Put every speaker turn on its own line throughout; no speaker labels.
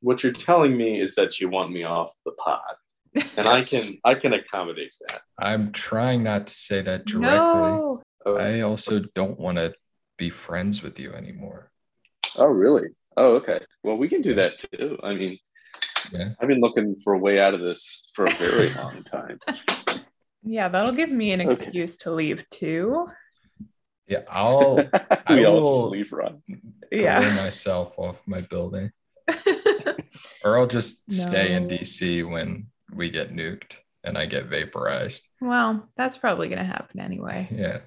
what you're telling me is that you want me off the pod, and I can I can accommodate that.
I'm trying not to say that directly.
No.
Okay.
I also don't want to be friends with you anymore.
Oh, really? Oh, okay. Well, we can do that too. I mean,
Yeah.
I've been looking for a way out of this for a very long time.
Yeah, that'll give me an
Okay.
excuse to leave too.
Yeah, I'll
we
I
all
will-
just leave Ron.
throw
Yeah.
myself off my building, or I'll just stay in
No.
DC when we get nuked and I get vaporized.
well, that's probably going to happen anyway.
Yeah,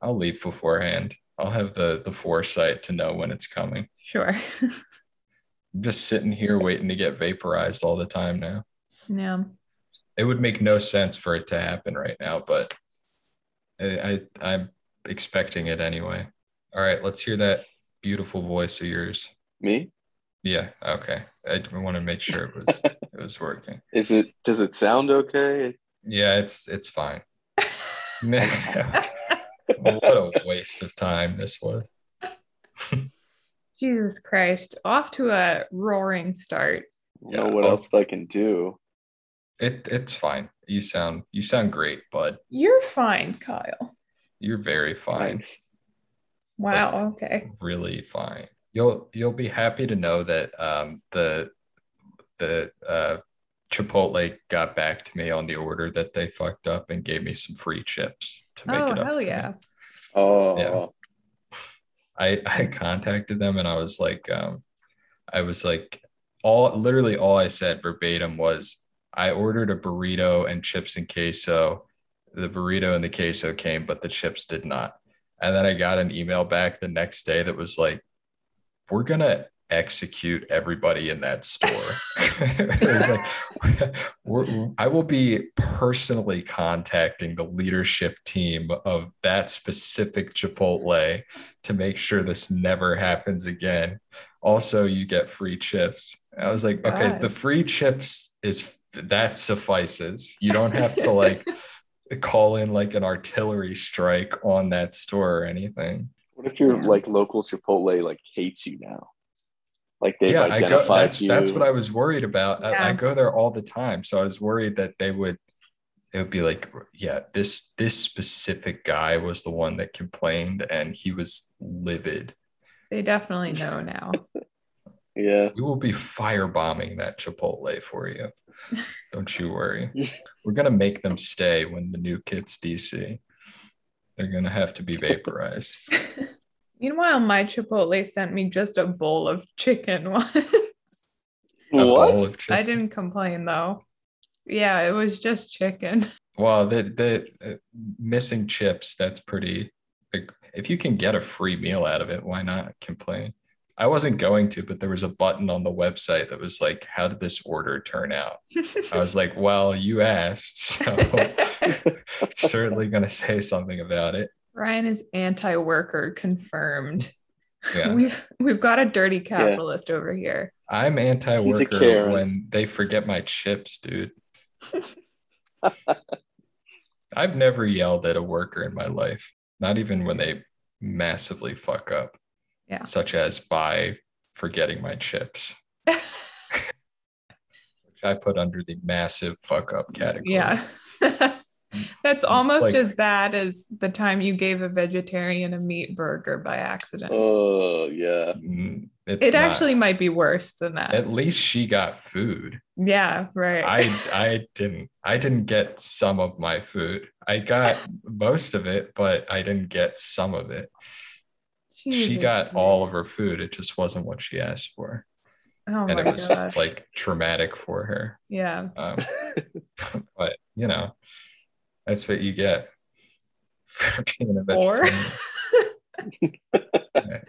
I'll leave beforehand. I'll have the the foresight to know when it's coming.
Sure.
I'm just sitting here waiting to get vaporized all the time now.
yeah.
It would make no sense for it to happen right now, but I, I I'm expecting it anyway. All right, let's hear that beautiful voice of yours.
Me?
Yeah. Okay. I want to make sure it was it was working.
Is it? Does it sound okay?
Yeah, it's it's fine. what a waste of time this was.
Jesus Christ. Off to a roaring start.
You know
Yeah, Oh.
what
I'll-
else I can do?
It it's fine. You sound you sound great, bud.
You're fine, Kyle.
You're very fine.
Thanks.
Wow. Okay.
Really fine. You'll you'll be happy to know that um the the uh Chipotle got back to me on the order that they fucked up and gave me some free chips to make
Oh,
it up.
hell
to me.
yeah.
Oh,
Yeah. I, I contacted them and I was like, um, I was like, all literally all I said verbatim was, I ordered a burrito and chips and queso. The burrito and the queso came, but the chips did not. And then I got an email back the next day that was like, we're gonna execute everybody in that store. it was like, we're, I will be personally contacting the leadership team of that specific Chipotle to make sure this never happens again. Also, you get free chips. I was like, okay,
God.
the free chips is that suffices. You don't have to like call in like an artillery strike on that store or anything.
What if your
Yeah.
like local Chipotle like hates you now? Like they've
yeah, I go.
identified
That's
you.
that's what I was worried about. I, I
Yeah.
go there all the time, so I was worried that they would. It would be like, yeah, this this specific guy was the one that complained, and he was livid.
They definitely know now.
Yeah.
We will be firebombing that Chipotle for you. Don't you worry. We're gonna make them stay when the new kids DC. They're gonna have to be vaporized.
Meanwhile, my Chipotle sent me just a bowl of chicken once.
A bowl
What?
of
I
chicken.
didn't complain though. Yeah, it was just chicken.
Well, the the uh, missing chips. That's pretty. Like, if you can get a free meal out of it, why not complain? I wasn't going to, but there was a button on the website that was like, "How did this order turn out?" I was like, "Well, you asked, so Oh. certainly going to say something about it."
Ryan is anti-worker confirmed.
Yeah,
We've we've got a dirty capitalist over here.
I'm anti-worker
Karen.
when they forget my chips, dude. I've never yelled at a worker in my life, not even when they massively fuck up,
Yeah.
such as by forgetting my chips, which I put under the massive fuck up category.
yeah. That's, that's almost
like-
as bad as the time you gave a vegetarian a meat burger by accident.
Oh yeah.
Mm, It's
it
not.
actually might be worse than that.
At least she got food.
yeah, right.
I I didn't I didn't get some of my food. I got most of it, but I didn't get some of it. she
Jesus
got all of
Christ.
her food. It just wasn't what she asked for.
Oh
and
my
it was
gosh.
like traumatic for her.
yeah.
Um, but you know, that's what you get for being a
Or-
vegetarian. Yeah.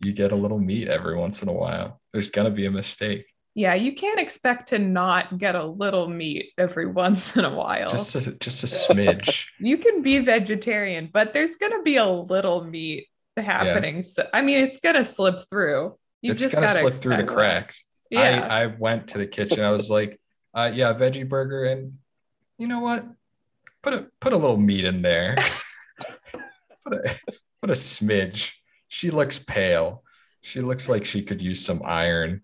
you get a little meat every once in a while. There's gonna be a mistake.
Yeah, you can't expect to not get a little meat every once in a while.
Just a just a smidge.
you can be vegetarian, but there's going to be a little meat happening. So, I mean, it's going to slip through. You
it's
just
gonna
gotta
slip through the
expect it.
cracks.
Yeah.
I, I went to the kitchen. I was like, uh, yeah, veggie burger, and you know what? Put a put a little meat in there. put a put a smidge. She looks pale. She looks like she could use some iron.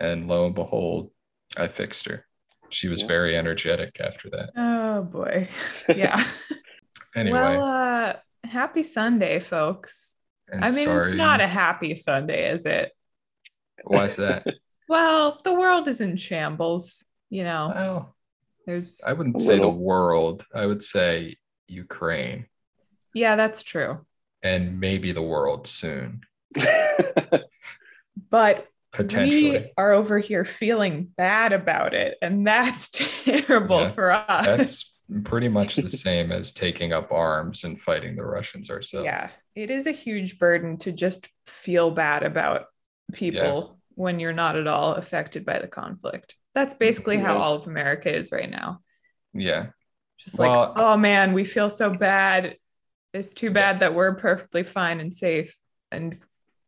And lo and behold, I fixed her. She was
Yeah.
very energetic after that.
Oh boy. Yeah.
Anyway,
Well, uh, happy Sunday, folks.
and
I mean,
sorry.
it's not a happy Sunday, is it?
Why is that?
Well, the world is in shambles. You know,
well,
there's,
I wouldn't
A
say the
little.
world. I would say Ukraine
yeah, that's true.
and maybe the world soon,
But
potentially.
we are over here feeling bad about it. And that's terrible
Yeah,
for us.
That's pretty much the same as taking up arms and fighting the Russians ourselves.
yeah. It is a huge burden to just feel bad about people when you're not at all affected by the conflict.
Mm,
That's basically how
Yeah.
all of America is right now.
Yeah.
just
Well-
like oh man we feel so bad it's too bad that we're perfectly fine and safe and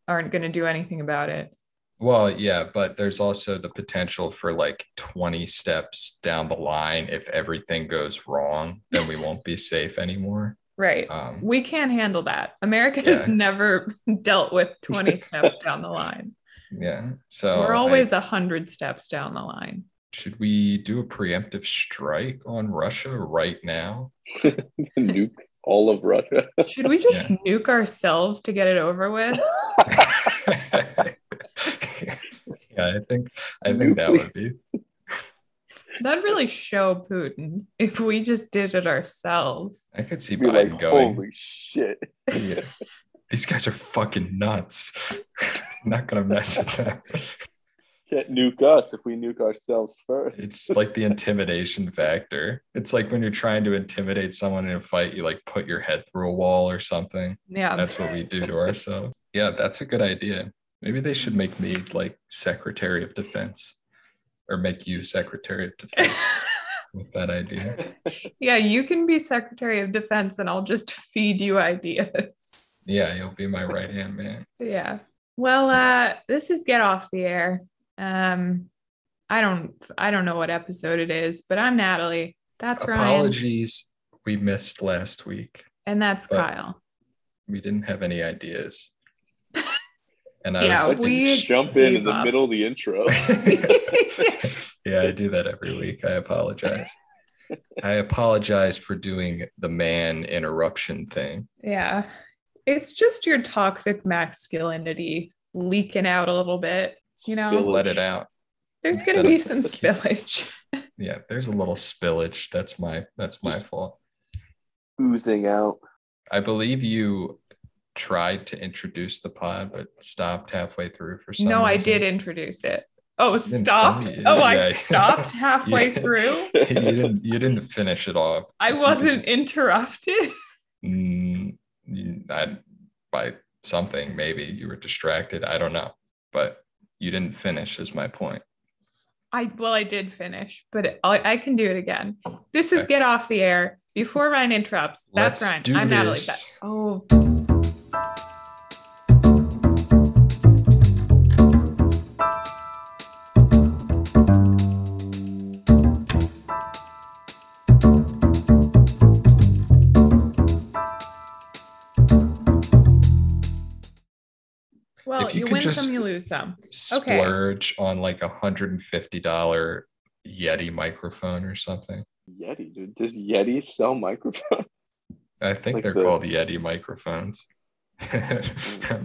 aren't going to do anything about it
Well, yeah, but there's also the potential for like 20 steps down the line. If everything goes wrong, then we won't be safe anymore.
right
Um,
we can't handle that america has
Yeah.
never dealt with 20 steps down the line
yeah. So
we're
Oh, I-
always a 100 steps down the line
should we do a preemptive strike on Russia right now?
Nuke all of Russia.
should we just nuke ourselves to get it over with
yeah, I think I think that would be
that'd really show putin if we just did it ourselves
I could see
Be
Biden
like,
going.
holy shit.
Yeah. These guys are fucking nuts. Not gonna mess with them.
Can't nuke us if we nuke ourselves first.
It's like the intimidation factor. It's like when you're trying to intimidate someone in a fight, you like put your head through a wall or something.
yeah
That's what we do to ourselves. Yeah, that's a good idea. Maybe they should make me like Secretary of Defense or make you Secretary of Defense with that idea.
yeah you can be secretary of defense and i'll just feed you ideas
Yeah, you'll be my right hand man.
So, yeah. Well, uh, this is get off the air. Um, I don't, I don't know what episode it is, but I'm Natalie. That's Ryan,
Apologies, we missed last week.
and that's
but-
Kyle.
We didn't have any ideas. And I
Yeah,
Let's
was
we
jump in in
gave
the
up.
middle of the intro.
yeah, I do that every week. I apologize. I apologize for doing the man interruption thing.
yeah, it's just your toxic masculinity leaking out a little bit. You know,
Spillage.
Let it out.
There's going to be some spillage.
Yeah, there's a little spillage. That's my that's my
Just-
fault.
Oozing out.
I believe you tried to introduce the pod but stopped halfway through for some
No, I
reason.
did introduce it. Oh,
didn't
stopped.
tell me.
Oh, I
Yeah.
stopped halfway
Yeah.
through.
you didn't you didn't finish it off.
I
If you
wasn't interrupted.
didn't- mm, I, by something maybe you were distracted. I don't know. But you didn't finish is my point.
I well, I did finish, but I, I can do it again. This is get off the air before Ryan interrupts. That's
Let's
Ryan.
do
I'm Natalie.
this.
Seth. Oh, well,
If you
you,
could
win
just-
some, you lose some. Okay.
splurge on like a hundred and fifty dollar Yeti microphone or something.
Yeti, dude. Does Yeti sell microphones?
I think
Like
they're
the-
called Yeti microphones.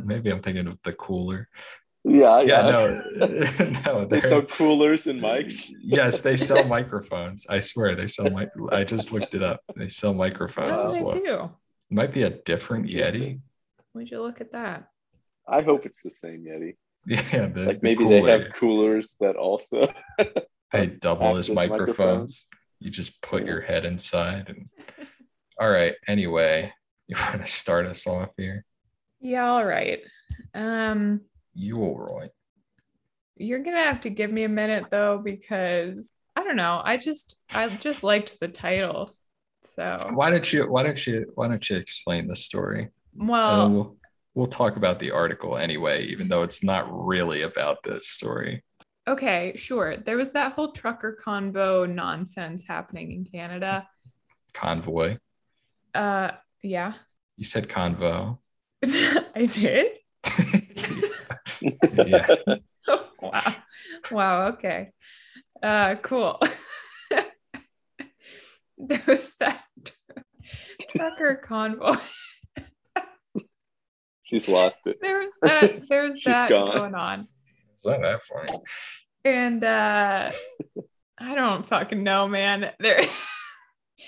Maybe I'm thinking of the cooler.
yeah,
Yeah,
Mm. Oh, yeah.
no, no,
They
they're,
sell coolers and mics.
yes, they sell microphones. I swear they sell mic. I just looked it up. They sell microphones
What
as
did Oh, I
Uh, well.
do?
Might be a different Yeti.
Would you look at that?
I hope it's the same Yeti.
Yeah, the,
Like
the
maybe they
cooler.
have coolers that also.
they double as
Access
microphones.
microphones.
You just put your head inside and all right. Anyway, you want to start us off here?
Yeah, all right. Um,
You're right.
you're gonna have to give me a minute though, because I don't know. I just I just liked the title. So
Why don't you why don't you why don't you explain the story?
um,
And then
well,
we'll we'll talk about the article anyway, even though it's not really about this story.
okay, sure. There was that whole trucker convo nonsense happening in Canada.
Convoy.
Uh yeah.
You said convo.
I did.
yeah.
wow. wow. Okay. Uh, cool. there was that trucker convoy.
She's lost it.
There was that. There was
She's
that
gone.
going on.
It's not that funny.
And uh, I don't fucking know, man. There.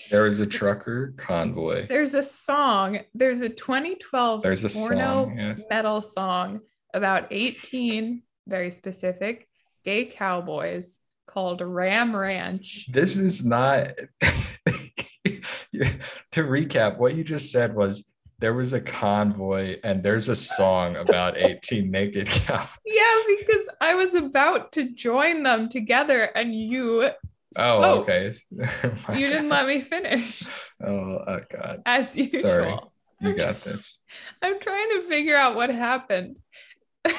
There was a trucker convoy.
There's a song. There's a 2012
There's a
porno
song. Yes.
metal song about 18 very specific gay cowboys called Ram Ranch.
This is not. to recap, what you just said was there was a convoy and there's a song about 18 naked cows.
Yeah, because I was about to join them together and you
Oh,
spoke.
okay.
You didn't let me finish
Oh, oh, God.
as usual.
Sorry. You got this.
I'm trying to figure out what happened.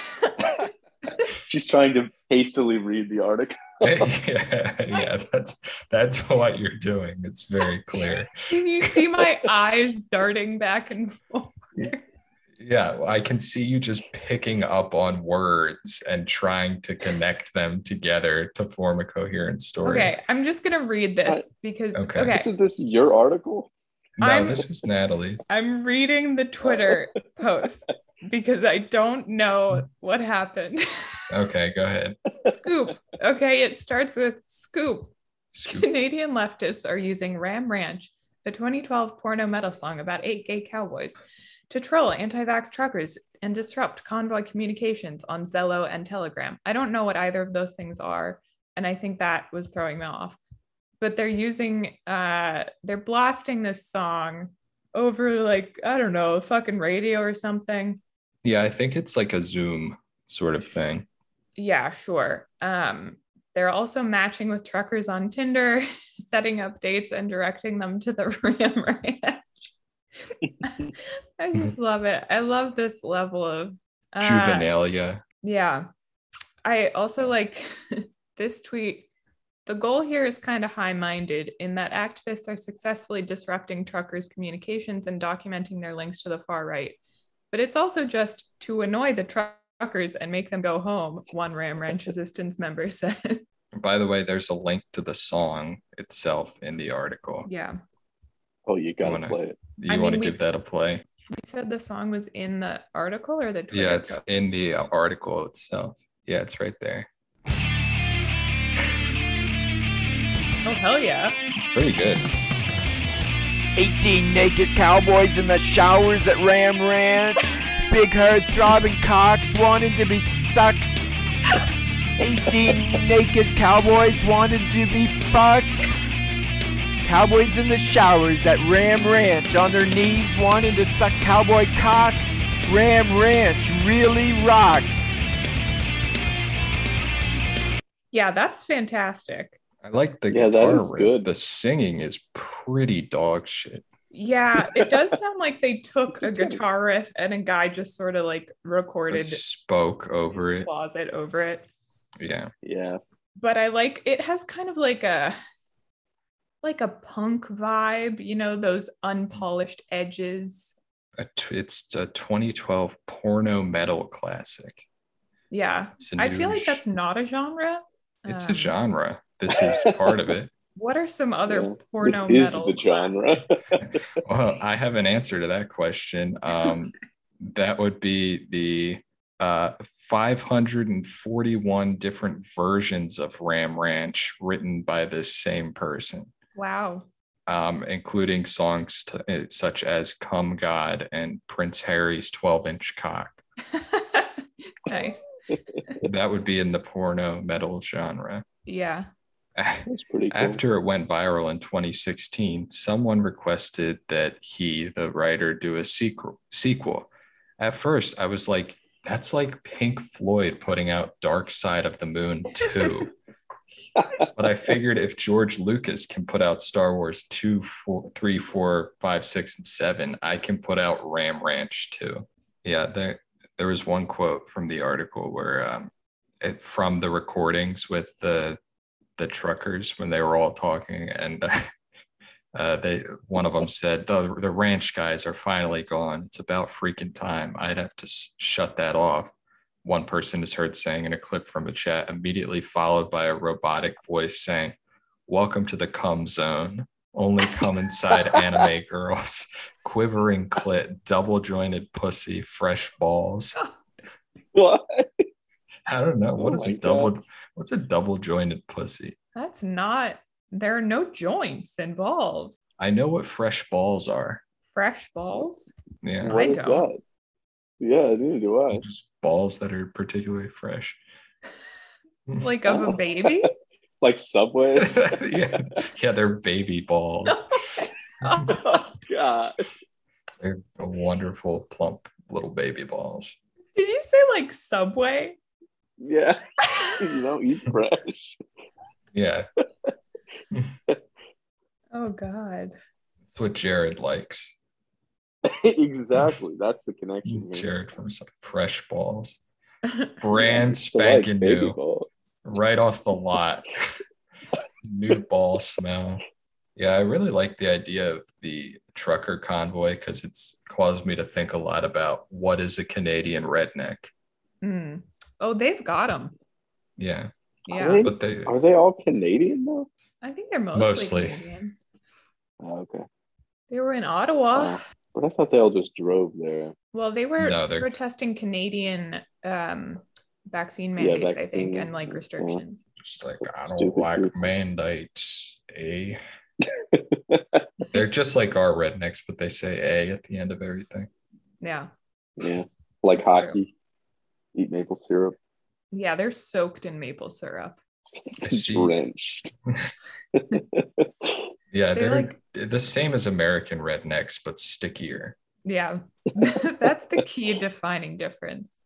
She's trying to hastily read the article.
yeah, yeah, that's that's what you're doing. It's very clear.
Can you see my eyes darting back and forth?
Yeah, well, I can see you just picking up on words and trying to connect them together to form a coherent story.
Okay, I'm just gonna read this because
Okay.
okay.
Isn't this your article?
No,
I'm-
this was Natalie's.
I'm reading the Twitter post because I don't know what happened.
Okay, go ahead.
Scoop. Okay, it starts with Scoop.
Scoop.
Canadian leftists are using Ram Ranch, the 2012 porno metal song about eight gay cowboys, to troll anti vax truckers and disrupt convoy communications on Zello and Telegram. I don't know what either of those things are. And I think that was throwing me off. But they're using, uh, they're blasting this song over like, I don't know, fucking radio or something.
Yeah, I think it's like a Zoom sort of thing.
Yeah, sure. Um, they're also matching with truckers on Tinder, setting up dates and directing them to the Ram Ranch. I just love it. I love this level of uh,
Juvenilia.
Yeah. I also like this tweet. The goal here is kind of high minded in that activists are successfully disrupting truckers' communications and documenting their links to the far right. But it's also just to annoy the truck- truckers and make them go home, one Ram Ranch Resistance member said.
By the way, there's a link to the song itself in the article.
yeah.
Oh, you gotta
Wanna-
play it.
You
I
want to
mean, we-
give that a play?
You said the song was in the article or the Twitter
Yeah, it's
post?
in the uh, article itself. Yeah, it's right there.
Oh, hell yeah.
It's pretty good.
18 naked cowboys in the showers at Ram Ranch. Big herd throbbing cocks wanting to be sucked. 18 naked cowboys wanting to be fucked. Cowboys in the showers at Ram Ranch on their knees wanting to suck cowboy cocks. Ram Ranch really rocks.
Yeah, that's fantastic.
I like the
Yeah, that
guitar
is
riff.
good.
The singing is pretty dog shit.
Yeah, it does sound like they
It's
took a
just great.
guitar riff and a guy just sort of like
But
recorded
spoke over
his
it.
closet over it.
Yeah.
Yeah.
But I like it has kind of like a like a punk vibe, you know, those unpolished edges.
A t- it's a 2012 porno metal classic.
Yeah.
It's a
I
new
feel like
sh-
that's not a genre.
it's
Um,
a genre. This is part of it.
What are some other
Yeah.
porno
this is
metal
the genre.
Well, I have an answer to that question. Um, that would be the uh, 541 different versions of Ram Ranch written by this same person.
Wow.
um, including songs t- uh, such as Come God and Prince Harry's 12 inch cock.
nice.
That would be in the porno metal genre.
Yeah.
That's pretty cool.
After it went viral in 2016, someone requested that he, the writer, do a sequel. sequel. At first, I was like, that's like Pink Floyd putting out Dark Side of the Moon 2. but I figured if George Lucas can put out Star Wars 2, 4, 3, 4, 5, 6, and 7, I can put out Ram Ranch 2. Yeah, there, there was one quote from the article where um, it, from the recordings with the the truckers when they were all talking and uh, they one of them said the the ranch guys are finally gone it's about freaking time i'd have to s- shut that off one person is heard saying in a clip from a chat, immediately followed by a robotic voice saying, Welcome to the cum zone. Only come inside anime girls. Quivering clit, double jointed pussy, fresh balls.
What?
I don't know. What
Oh
is
my
a double what's a double jointed pussy?
That's not, there are no joints involved.
I know what fresh balls are.
Fresh balls?
Yeah.
What
I
is
don't.
that? Yeah, neither do I.
Just balls that are particularly fresh.
Like of
Oh.
a baby?
Like Subway.
yeah. yeah, they're baby balls.
oh, God.
They're wonderful, plump little baby balls.
Did you say like Subway?
Yeah, you don't eat fresh.
Yeah,
oh, God.
that's what Jared likes.
exactly. That's the connection. here.
Jared from some fresh balls, brand
So, like,
spanking
baby
new,
balls.
right off the lot. new ball smell. Yeah, I really like the idea of the trucker convoy because it's caused me to think a lot about what is a Canadian redneck.
Hmm. Oh, they've got them.
Yeah,
Yeah.
Really?
but they
Are they all Canadian though?
I think they're mostly,
Mostly.
Canadian.
Oh, okay.
They were in Ottawa.
Wow. But I thought they all just drove there.
Well, they were
No, they're-
protesting Canadian um, vaccine
Yeah,
mandates, I think,
vaccine
and like
mandates, yeah.
restrictions.
just like
Such
I don't
stupid
like
people.
mandates, eh? They're just like our rednecks, but they say "a" at the end of everything.
Yeah.
Yeah. Like
That's fair.
hockey. Eat maple syrup.
Yeah, they're soaked in maple syrup.
I see.
Drenched.
Yeah,
They're
they're, the same as American rednecks, but stickier.
Yeah. That's the key defining difference.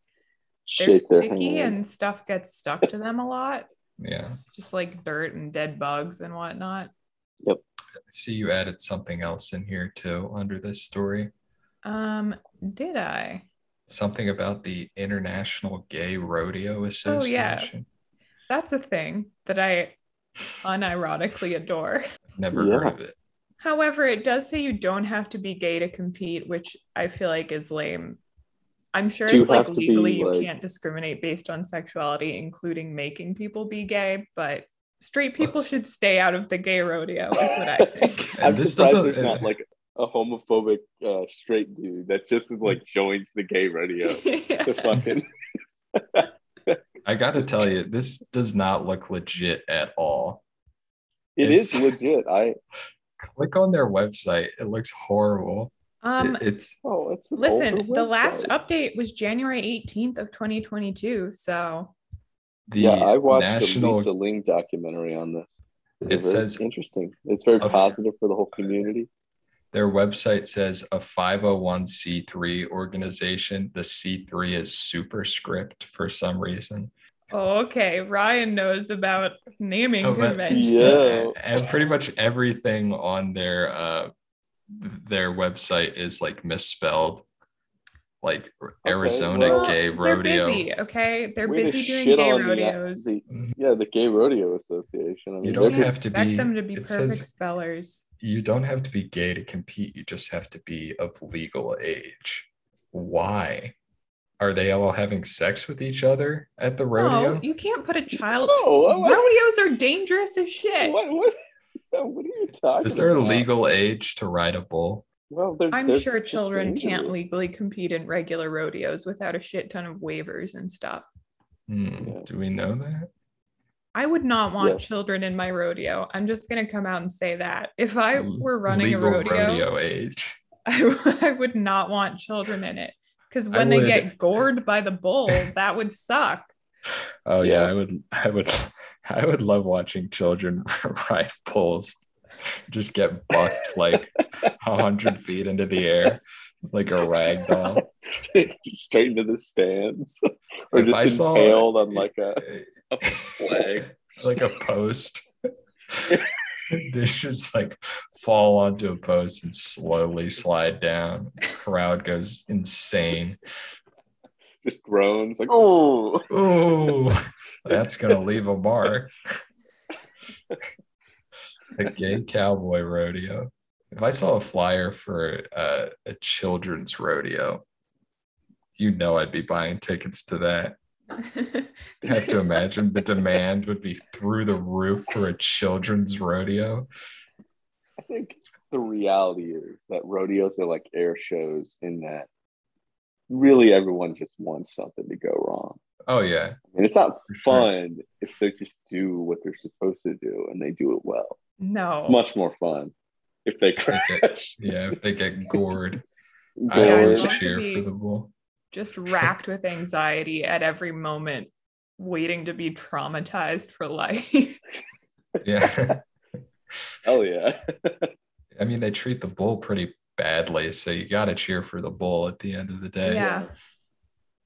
They're
Shake their
sticky
hand.
and stuff gets stuck to them a lot,
Yeah.
just like dirt and dead bugs and whatnot.
I see you added something else in here too under this story.
Um, did I?
Something about the International Gay
Oh,
Rodeo Association.
That's a thing that I unironically adore.
Never
Yeah.
heard of it.
However, it does say you don't have to be gay to compete, which I feel like is lame. I'm sure
You
it's like
have to be,
legally you
like-
can't discriminate based on sexuality, including making people be gay, but straight people
Let's-
should stay out of the gay rodeo, is what I think.
And
I'm
this
surprised
doesn't-
there's not like a homophobic uh, straight dude that just is like joins the gay
Um,
radio to fucking
I got to tell you, this does not look legit at all.
it is
It's-
legit. I
Click on their website. It looks horrible.
um,
It- it's
oh it's an
listen,
older
the last
website.
update was January 18th of 2022, so
the
yeah, I watched
national.
a Lisa Ling documentary on this.
It
very
says
interesting. It's very
a-
positive for the whole community.
Their website says a 501c3 organization. The C3 is superscript for some reason.
oh, okay, Ryan knows about naming
Oh, but-
conventions.
Yeah.
Uh, And pretty much everything on their uh, their website is like misspelled, like Arizona
well,
Gay Rodeo.
They're busy, okay? They're
Way to
busy doing
shit
gay
on the- uh,
rodeos.
the- yeah, the Gay Rodeo Association. I mean,
You
they're
don't
just-
have to
expect
be.
them to be perfect
it says
spellers.
you don't have to be gay to compete. You just have to be of legal age. Why? Are they all having sex with each other at the rodeo?
No, you can't put a child.
No, what-
Rodeos are dangerous as shit.
What, what, what are you talking
Is there a
about?
legal age to ride a bull?
Well, they're,
I'm
they're
sure
just
children can't
dangerous.
legally compete in regular rodeos without a shit ton of waivers and stuff.
Hmm,
Yeah.
Do we know that?
I would not want
Yes.
children in my rodeo. I'm just going to come out and say that. If I were running a
Mm, legal
rodeo,
age.
I, I would not want children in it because
I
when they
would-
get gored by the bull, that would suck.
Oh yeah.
Yeah.
I would, I would, I would love watching children ride bulls, just get bucked like a hundred feet into the air, like a rag doll.
straight into the stands or
If
just
I saw-
impaled on like a flag.
like a post. they just like fall onto a post and slowly slide down. Crowd goes insane.
just groans like oh
Oh, that's gonna leave a mark. a gay cowboy rodeo. If I saw a flyer for uh, a children's rodeo, you know I'd be buying tickets to that. I have to imagine the demand would be through the roof for a children's rodeo.
I think the reality is that rodeos are like air shows in that really everyone just wants something to go wrong.
Oh yeah,
I mean, it's not
For sure.
fun if they just do what they're supposed to do and they do it well.
Oh.
It's
no.
much more fun if they crash.
yeah. If they get gored, I
Yeah,
always
Or-
I'd love to
cheer
be-
for the bull.
Just racked with anxiety at every moment, waiting to be traumatized for life.
Yeah,
Hell yeah.
I mean they treat the bull pretty badly, so you got to cheer for the bull at the end of the day,
yeah.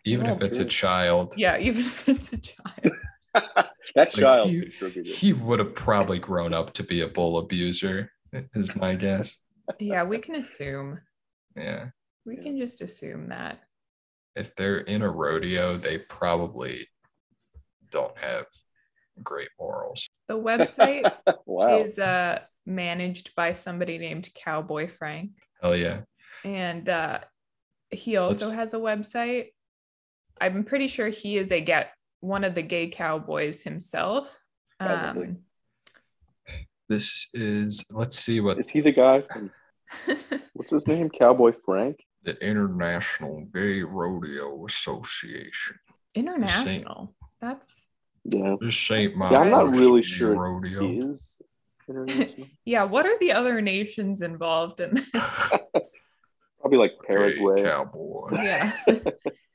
even
Yeah,
if it's a
true.
child.
Yeah, even if it's a child.
That child
you-
contributed.
He would have probably grown up to be a bull abuser, is my guess.
Yeah, we can assume.
Yeah.
We can just assume that.
if they're in a rodeo, they probably don't have great morals.
The website
Wow.
is uh managed by somebody named Cowboy Frank.
Hell yeah.
And uh he also
Let's-
has a website. I'm pretty sure he is a get one of the gay cowboys himself.
Probably.
Um
This is, let's see what
Is he the guy from what's his name? Cowboy Frank?
the International Gay Rodeo Association.
international. That's
Yeah.
This ain't my
Yeah, I'm not
first
really
gay
sure He
rodeo.
is international.
yeah, what are the other nations involved in this?
Probably like
Gay
Paraguay.
cowboy.
yeah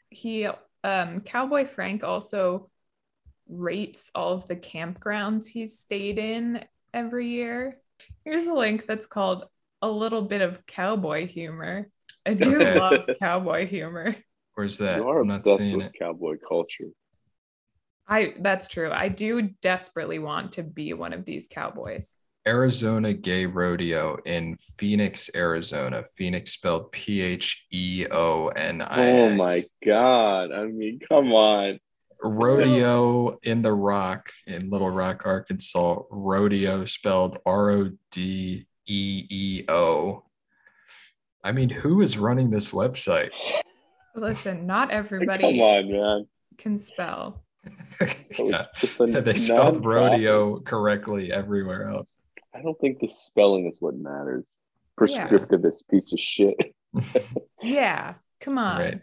he um cowboy frank also rates all of the campgrounds he's stayed in every year here's a link that's called a little bit of cowboy humor i do
Okay.
love cowboy humor
Where's that?
You are
I'm not
obsessed
seeing
with
it.
cowboy culture.
i that's true i do desperately want to be one of these cowboys
Arizona Gay Rodeo in Phoenix, Arizona. Phoenix spelled P H E O N I.
Oh my god. I mean, come on.
Rodeo in the Rock in Little Rock, Arkansas. Rodeo spelled R O D E E O. I mean, who is running this website?
listen not
Come
everybody
on, man.
can spell
Oh,
Yeah.
it's- it's a
They spelled
nonprofit.
rodeo correctly everywhere else.
I don't think the spelling is what matters. Prescriptivist piece of shit.
yeah come on
right.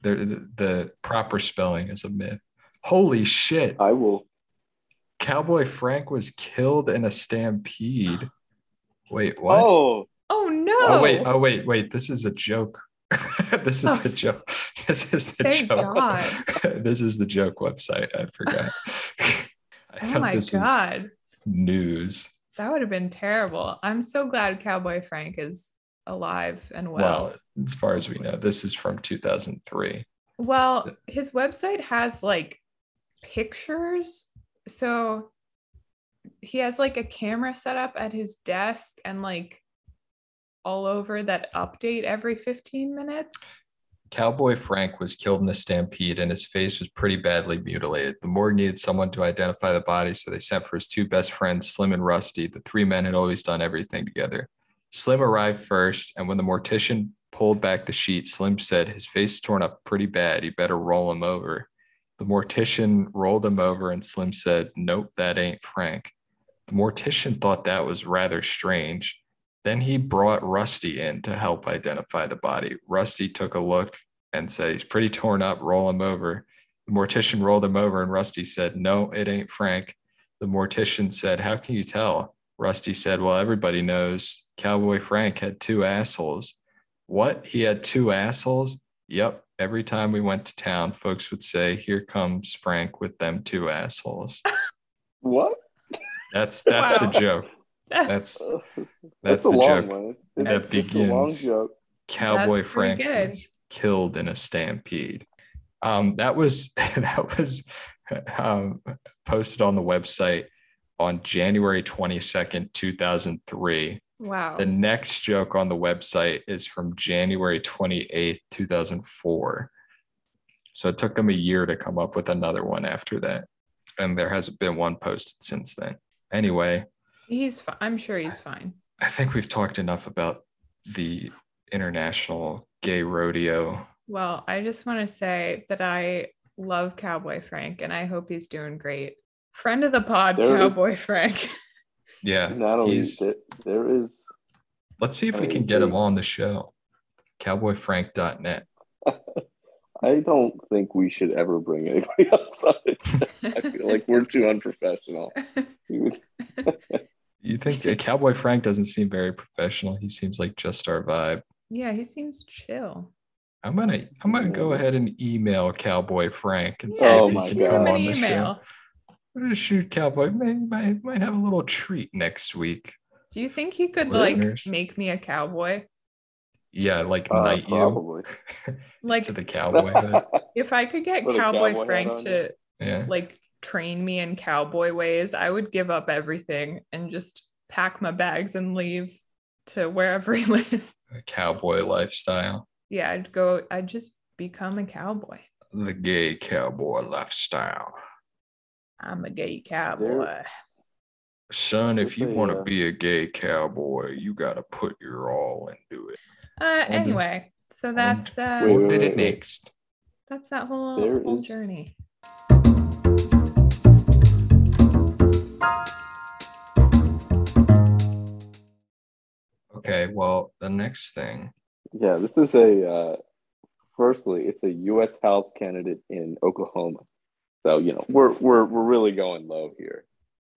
The, the, the proper spelling is a myth. Holy shit.
Uh,
I will.
Cowboy Frank was killed in a stampede. Wait, what?
Oh,
oh no
Oh, wait, oh wait, wait. This is a joke. this is
Oh.
the joke. This is the
Thank
joke.
God.
this is the joke website. I forgot. I
Oh
thought
my
this was
god
news.
That would have been terrible. I'm so glad Cowboy Frank is alive and well.
Well, as far as we know, this is from 2003.
Well, his website has like pictures. So he has like a camera set up at his desk and like all over that update every 15 minutes.
Cowboy Frank was killed in a stampede and his face was pretty badly mutilated. The morgue needed someone to identify the body, so they sent for his two best friends, Slim and Rusty. The three men had always done everything together. Slim arrived first, and when the mortician pulled back the sheet, Slim said, His face is torn up pretty bad. You better roll him over. The mortician rolled him over, and Slim said, Nope, that ain't Frank. The mortician thought that was rather strange. Then he brought Rusty in to help identify the body. Rusty took a look and said, He's pretty torn up, roll him over. The mortician rolled him over, and Rusty said, No, it ain't Frank. The mortician said, How can you tell? Rusty said, Well, everybody knows Cowboy Frank had two assholes. What? He had two assholes? Yep. Every time we went to town, folks would say, Here comes Frank with them two assholes.
what?
That's that's
Wow.
the joke.
That's,
That's
That's,
that's,
a
the
long
joke.
one.
That
It's, it's a long
begins.
joke.
Cowboy
That's pretty
Frank
good.
was killed in a stampede. Um, that was that was um, posted on the website on January twenty second, two thousand three.
wow.
The next joke on the website is from January twenty eighth, two thousand four. So it took them a year to come up with another one after that, and there hasn't been one posted since then. Anyway,
He's fi- I'm sure he's fine.
I think we've talked enough about the international gay rodeo
Well, I just want to say that I love Cowboy Frank, and I hope he's doing great. Friend of the pod,
There it is.
Cowboy Frank.
Yeah.
Not only
he's-
that, there is
Let's see if we can get him on the show. Cowboyfrank.net.
I don't think we should ever bring anybody else on it. I feel like we're too unprofessional. Dude,
You think uh, Cowboy Frank doesn't seem very professional? He seems like just our vibe.
yeah, he seems chill.
I'm gonna I'm gonna go ahead and email Cowboy Frank and see
Yeah,
if
Oh my
he
God.
can come
Send
on
an
the show.
email.
We're gonna shoot Cowboy. Maybe might, might have a little treat next week.
Do you think he could
Listeners.
like make me a cowboy?
Yeah, like
uh,
knight you
probably.
Like
to the cowboy hood.
if I could get
Put a
Cowboy,
cowboy hat
Frank
on
to
Yeah.
like train me in cowboy ways, I would give up everything and just pack my bags and leave to wherever he lives.
Cowboy lifestyle.
yeah, I'd go, I'd just become a cowboy.
The gay cowboy lifestyle.
I'm a gay cowboy. Uh,
Son, if
Let's
you
say,
want
uh,
to be a gay cowboy, you got to put your all into it.
Uh,
the-
anyway, so that's uh,
Wait, wait,
What did it
wait, wait.
next?
that's that whole,
There
whole
is-
journey.
Okay, well, the next thing.
Yeah, this is a. Uh, firstly, it's a U.S. House candidate in Oklahoma, so you know we're we're we're really going low here,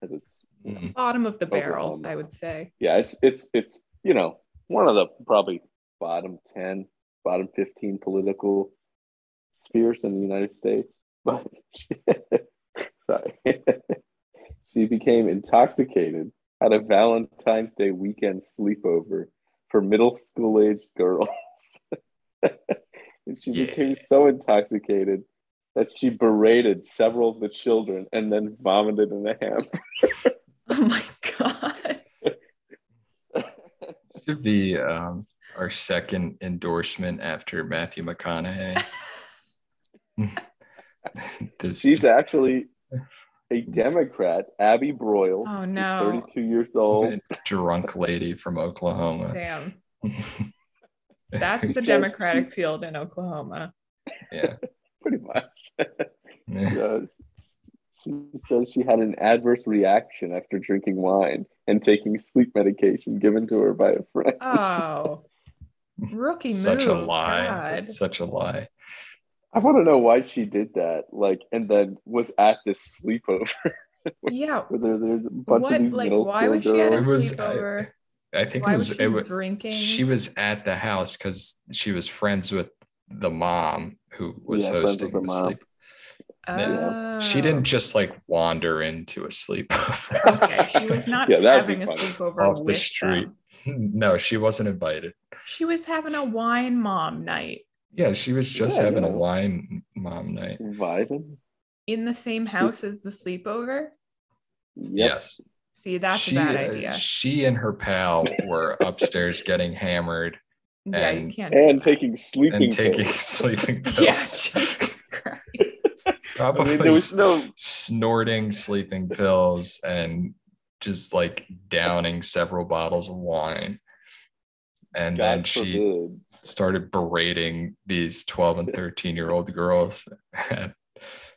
because it's
Mm,
Bottom of the barrel,
Oklahoma.
I would say.
yeah, it's it's it's you know one of the probably bottom ten, bottom fifteen political spheres in the United States. But sorry, she became intoxicated at a Valentine's Day weekend sleepover for middle school aged girls, and she
Yeah.
became so intoxicated. That she berated several of the children and then vomited in the ham.
Oh my God.
Should be um, our second endorsement after Matthew McConaughey. this,
She's actually a Democrat, Abby Broyle.
Oh
She's
no.
32 years old.
drunk lady from Oklahoma.
Damn. That's the
Says
Democratic field in Oklahoma.
yeah.
Pretty much. Uh, she says she had an adverse reaction after drinking wine and taking sleep medication given to her by a friend.
Oh. Rookie
Such a
move.
lie.
God.
That's such a lie.
I want to know why she did that. Like, and then was at this sleepover
Yeah.
where there, there's a bunch
What
of these
like
middle
why
school
was she at a
girls.
It was-
sleepover?
I think
why
it
was,
was,
she
it was
drinking?
Mm-hmm.
she was at the house because she was friends with the mom who was
Yeah, friends with
hosting
the
the,
mom.
sleep.
oh.
She didn't just like wander into a sleepover
Okay, Oh. she was not
Yeah, that'd be
having a
funny.
sleepover
off the
with
street.
them.
no, she wasn't invited.
She was having a wine mom night
Yeah, she was just
Yeah,
having a
yeah.
wine mom night.
Vibing?
in the same house as the sleepover.
Yep.
Yes.
See, that's
She-
a bad
uh,
idea.
She and her pal were upstairs getting hammered
yeah, you
and-
can't. do
And
that.
taking sleeping
and taking
pills.
sleeping pills.
yeah, Jesus Christ.
I
Probably
mean, there was no
snorting sleeping pills and just like downing several bottles of wine. And then
God
she
forbid.
started berating these 12 and 13 year old girls at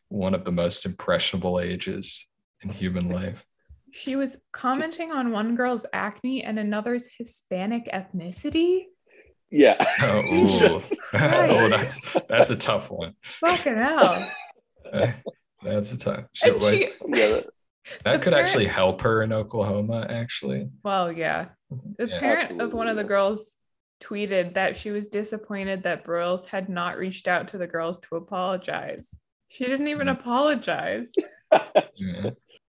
one of the most impressionable ages in human life.
She was commenting on one girl's acne and another's Hispanic ethnicity.
Yeah.
Oh, ooh.
Jesus
oh that's that's a tough one.
Fucking hell!
That's a tough. She
and
was-
she,
yeah that-
that
the
could
parent-
actually help her in Oklahoma, actually.
well, yeah, the
Mhm. Yeah.
parent of one of the
Absolutely.
girls tweeted that she was disappointed that Broyles had not reached out to the girls to apologize. She didn't even
Mhm.
apologize.
Yeah.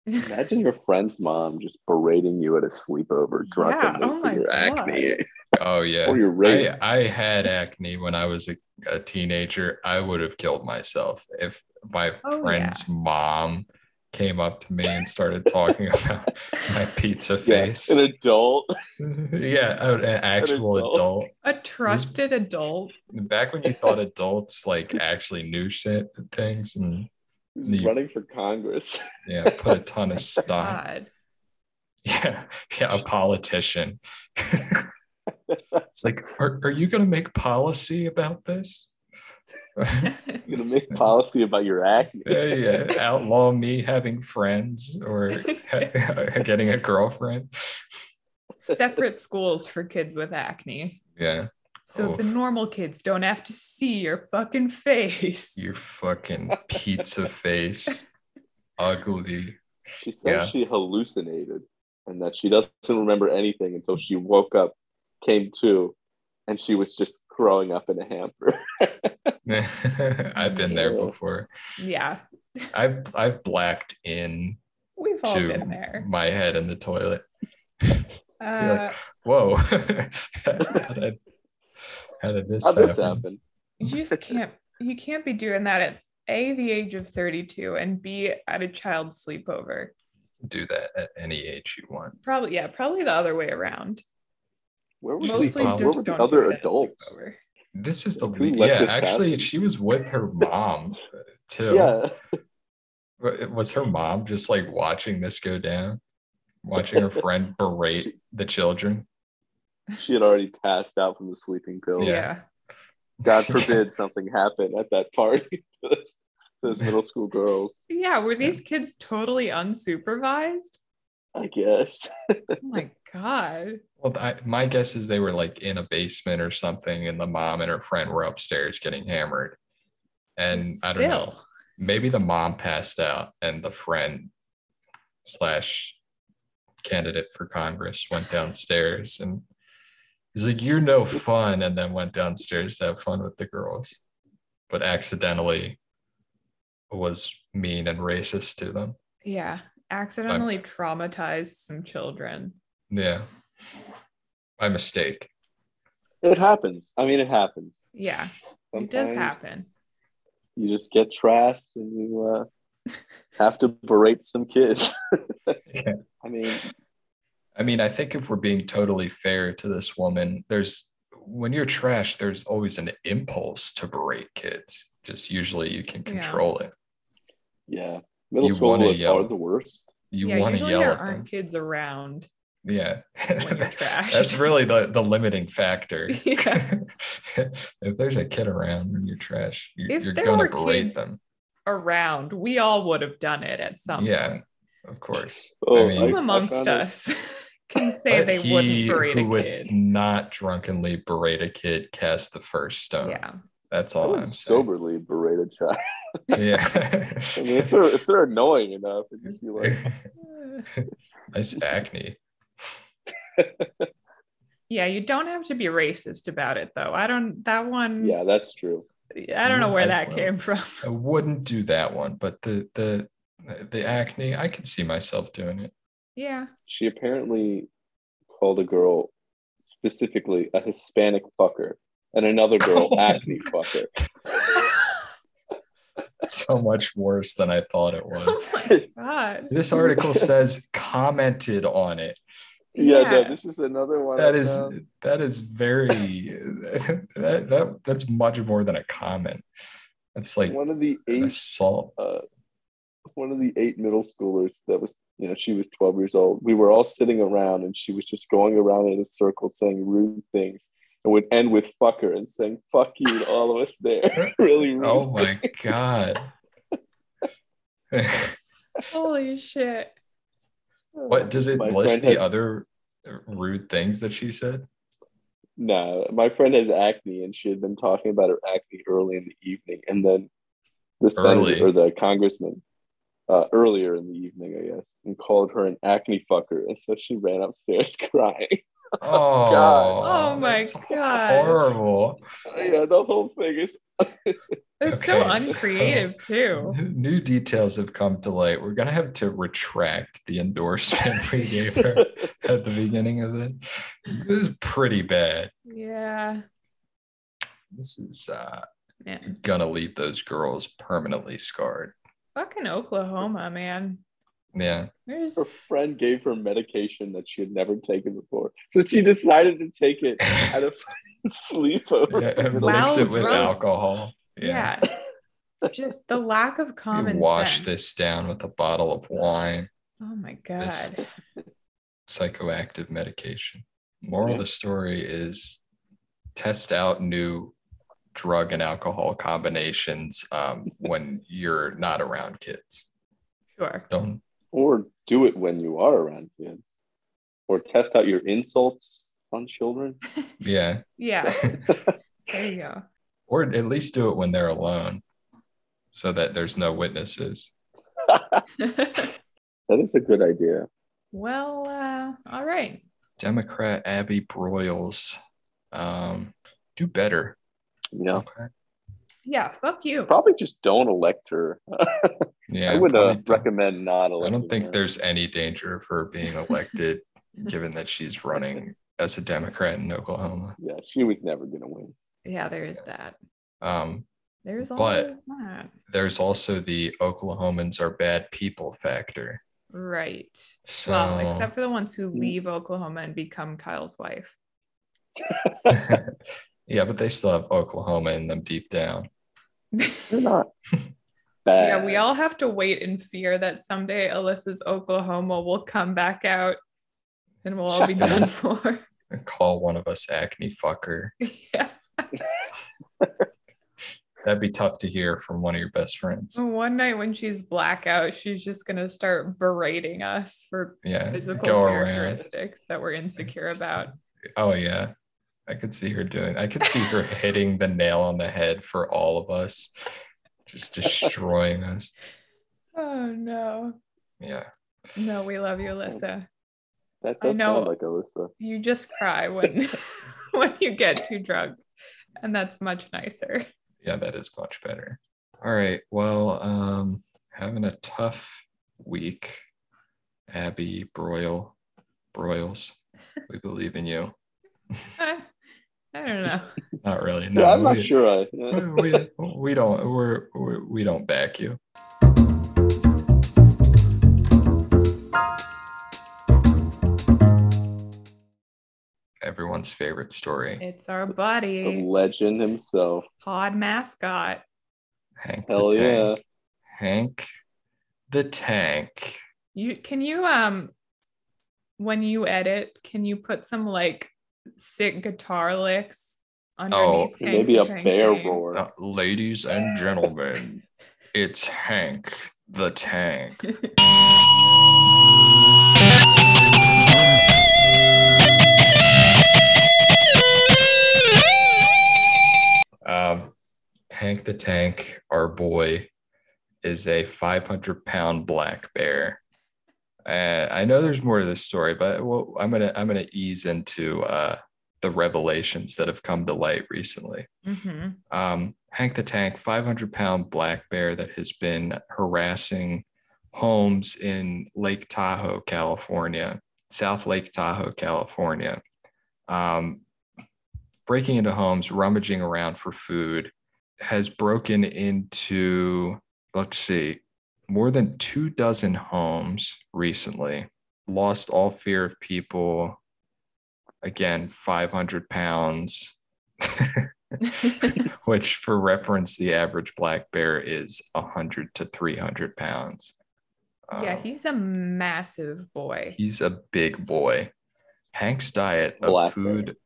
Imagine your friend's mom just berating you at a sleepover, drunk
Yeah,
and
oh my
for your acne
Oh yeah.
or your race.
I, I had acne when I was a, a teenager. I would have killed myself if my
Oh,
friend's mom came up to me and started talking about my pizza
Yeah,
face.
an adult.
yeah, a- an actual
adult.
adult.
A trusted adult.
Back when you thought adults like actually knew shit things and
who's
The-
running for Congress.
yeah, put a ton of stock.
God.
Yeah, yeah, a politician. it's like, are, are you gonna make policy about this?
You're gonna make policy about your act.
yeah, outlaw me having friends or getting a girlfriend.
Separate schools for kids with acne.
Yeah,
So the
Oof.
normal kids don't have to see your fucking face.
you fucking pizza face, ugly.
She said
Yeah.
she hallucinated and that she doesn't remember anything until she woke up, came to, and she was just growing up in a hamper.
I've been there
Ew.
before.
yeah.
I've I've blacked in
We've all
Two.
been there.
my head in the toilet.
Uh,
Whoa, how, did, how did this
How'd
happen?
this happen?
you just can't you can't be doing that at A the age of 32 and B at a child's sleepover.
Do that at any age you want.
Probably yeah, probably the other way around.
Where were,
Mostly
the,
Sleepover.
where
just
were the
don't
other
do it at a
adults?
sleepover.
This is the
Can we
le-
let
yeah.
this happen?
Actually, she was with her mom uh, too.
Yeah,
Wa- was her mom just like watching this go down watching her friend berate
She-
the children
she had already passed out from the sleeping pill.
Yeah.
yeah.
God forbid something happened at that party. to those- Those middle school girls,
Yeah, were these kids totally unsupervised?
I guess.
Oh my god.
well I, my guess is they were like in a basement or something and the mom and her friend were upstairs getting hammered and i don't know
Still.
maybe the mom passed out and the friend slash candidate for congress went downstairs and he's like you're no fun and then went downstairs to have fun with the girls but accidentally was mean and racist to them
Yeah. Accidentally traumatized some children.
yeah by mistake
It happens. I mean, it happens.
Yeah, it
Sometimes
does happen.
You just get trashed and you uh, have to berate some kids.
Yeah.
I mean,
i mean i think if we're being totally fair to this woman there's when you're trash there's always an impulse to berate kids just usually you can
Yeah.
control it
yeah, middle
You
school
wanna
is
yell.
are the worst.
you
yeah,
want to
usually
yell
there
at
aren't
them.
kids around
Yeah.
when you're trashed.
That's really the, the limiting factor.
Yeah.
if there's a kid around when you're trash, you,
If
you're
there
going
were
to
kids
berate them.
around. We all would have done it at some
Yeah.
point.
Of course.
Oh,
I mean,
I-
Who amongst
found it-
us can say
But
they
he
wouldn't berate
who
a
would
kid?
not drunkenly berate a kid cast the first stone.
Yeah.
That's
I
all Oh, I'm
would
saying.
soberly berate a child.
Yeah.
I mean, if they're if they're annoying enough, it'd just be like,
nice acne.
Yeah, you don't have to be racist about it though. I don't that one
yeah, that's true.
I don't know where
Mm, I-
that
well,
came from.
I wouldn't do that one, but the the the acne, I could see myself doing it.
Yeah.
She apparently called a girl specifically a Hispanic fucker and another girl acne fucker.
So much worse than I thought it was.
Oh my god.
This article says commented on it.
Yeah,
Yeah.
no, this is another one. um,
That
I
is
found.
that is very that, that that's much more than a comment. That's like
one of the eight
an assault.
uh, one of the eight middle schoolers that was, you know, she was 12 years old. We were all sitting around and she was just going around in a circle saying rude things and would end with fucker and saying fuck you to all of us there. really rude.
Oh my god.
Holy shit.
what does it
My
list
friend
the
has-
other rude things that she said?
No, my friend has acne and she had been talking about her acne early in the evening. And then the
Early?
senator or the congressman uh, earlier in the evening, I guess, and called her an acne fucker. And so she ran upstairs crying.
Oh,
God.
Oh my
that's
God.
Horrible.
yeah, the whole thing is
It's so
Okay, so-
uncreative too.
New details have come to light. We're gonna have to retract the endorsement we gave her. at the beginning of this. This is pretty bad.
Yeah.
This is uh,
Man.
gonna leave those girls permanently scarred.
Fucking Oklahoma, man.
Yeah,
There's
her friend gave her medication that she had never taken before. So she decided to take it at a fucking sleepover.
Yeah,
in the
and
middle of
mix
Wow,
it with
drunk.
alcohol. Yeah,
yeah. Just the lack of
you
common
wash
sense.
this down with a bottle of wine,
Oh my
This-
god.
psychoactive medication. Moral of
Yeah.
the story is test out new drug and alcohol combinations um, when you're not around kids.
Sure.
Don't
Or do it when you are around kids. Or test out your insults on children.
yeah,
Yeah. There you go.
or at least do it when they're alone, so that there's no witnesses.
That is a good idea.
well, uh, all right.
Democrat Abby Broyles, um, do better.
You know,
Okay.
Yeah, fuck you.
probably just don't elect her.
Yeah,
I would
probably
uh,
don't-
recommend not
I
electing
don't think
her.
there's any danger of her being elected, given that she's running as a Democrat in Oklahoma.
Yeah, she was never going to win.
Yeah, there is that.
Um,
There's all
But-
of that.
there's also the Oklahomans are bad people factor.
Right.
So, Hmm.
Well, except for the ones who leave Oklahoma and become Kyle's wife.
yeah, but they still have Oklahoma in them deep down.
You're not bad.
Yeah, we all have to wait in fear that someday Alyssa's Oklahoma will come back out and we'll all be
Shut
done
up.
for.
And call one of us acne fucker.
yeah.
That'd be tough to hear from one of your best friends.
One night when she's blackout, she's just going to start berating us for
Yeah,
physical
go around.
characteristics that we're insecure about.
Oh yeah, I could see her doing. I could see her hitting the nail on the head for all of us, just destroying us.
Oh, no.
Yeah,
No, we love
Oh.
you, Alyssa.
That
I
does
know.
sound like Alyssa.
You just cry when when you get too drunk, and that's much nicer.
yeah, that is much better. All right. Well, um, having a tough week, Abby Broyle, Broyles. We believe in you.
I don't know.
Not really. No,
yeah, I'm not
we-
sure. I, uh,
we, we- we don't we're, we we don't back you. Everyone's favorite story.
It's our
the
buddy,
legend himself.
pod mascot.
Hank
Hell
the
yeah.
Tank. Hank the Tank.
You can you um when you edit, can you put some like sick guitar licks
Oh,
underneath? Hank
Maybe a
Tank's
bear
name?
roar.
Uh, ladies and gentlemen, it's Hank the Tank. Um, Hank the Tank, our boy, is a 500 pound black bear. And I know there's more to this story, but well, I'm gonna I'm gonna ease into uh, the revelations that have come to light recently
Mhm.
um, Hank the Tank, 500 pound black bear that has been harassing homes in Lake Tahoe, California, South Lake Tahoe, California, um, breaking into homes, rummaging around for food, has broken into, let's see, more than two dozen homes recently, lost all fear of people. Again, 500 pounds. which for reference, the average black bear is 100 to 300 pounds.
yeah,
Um,
he's a massive boy.
he's a big boy. Hank's diet of
Black bear.
food,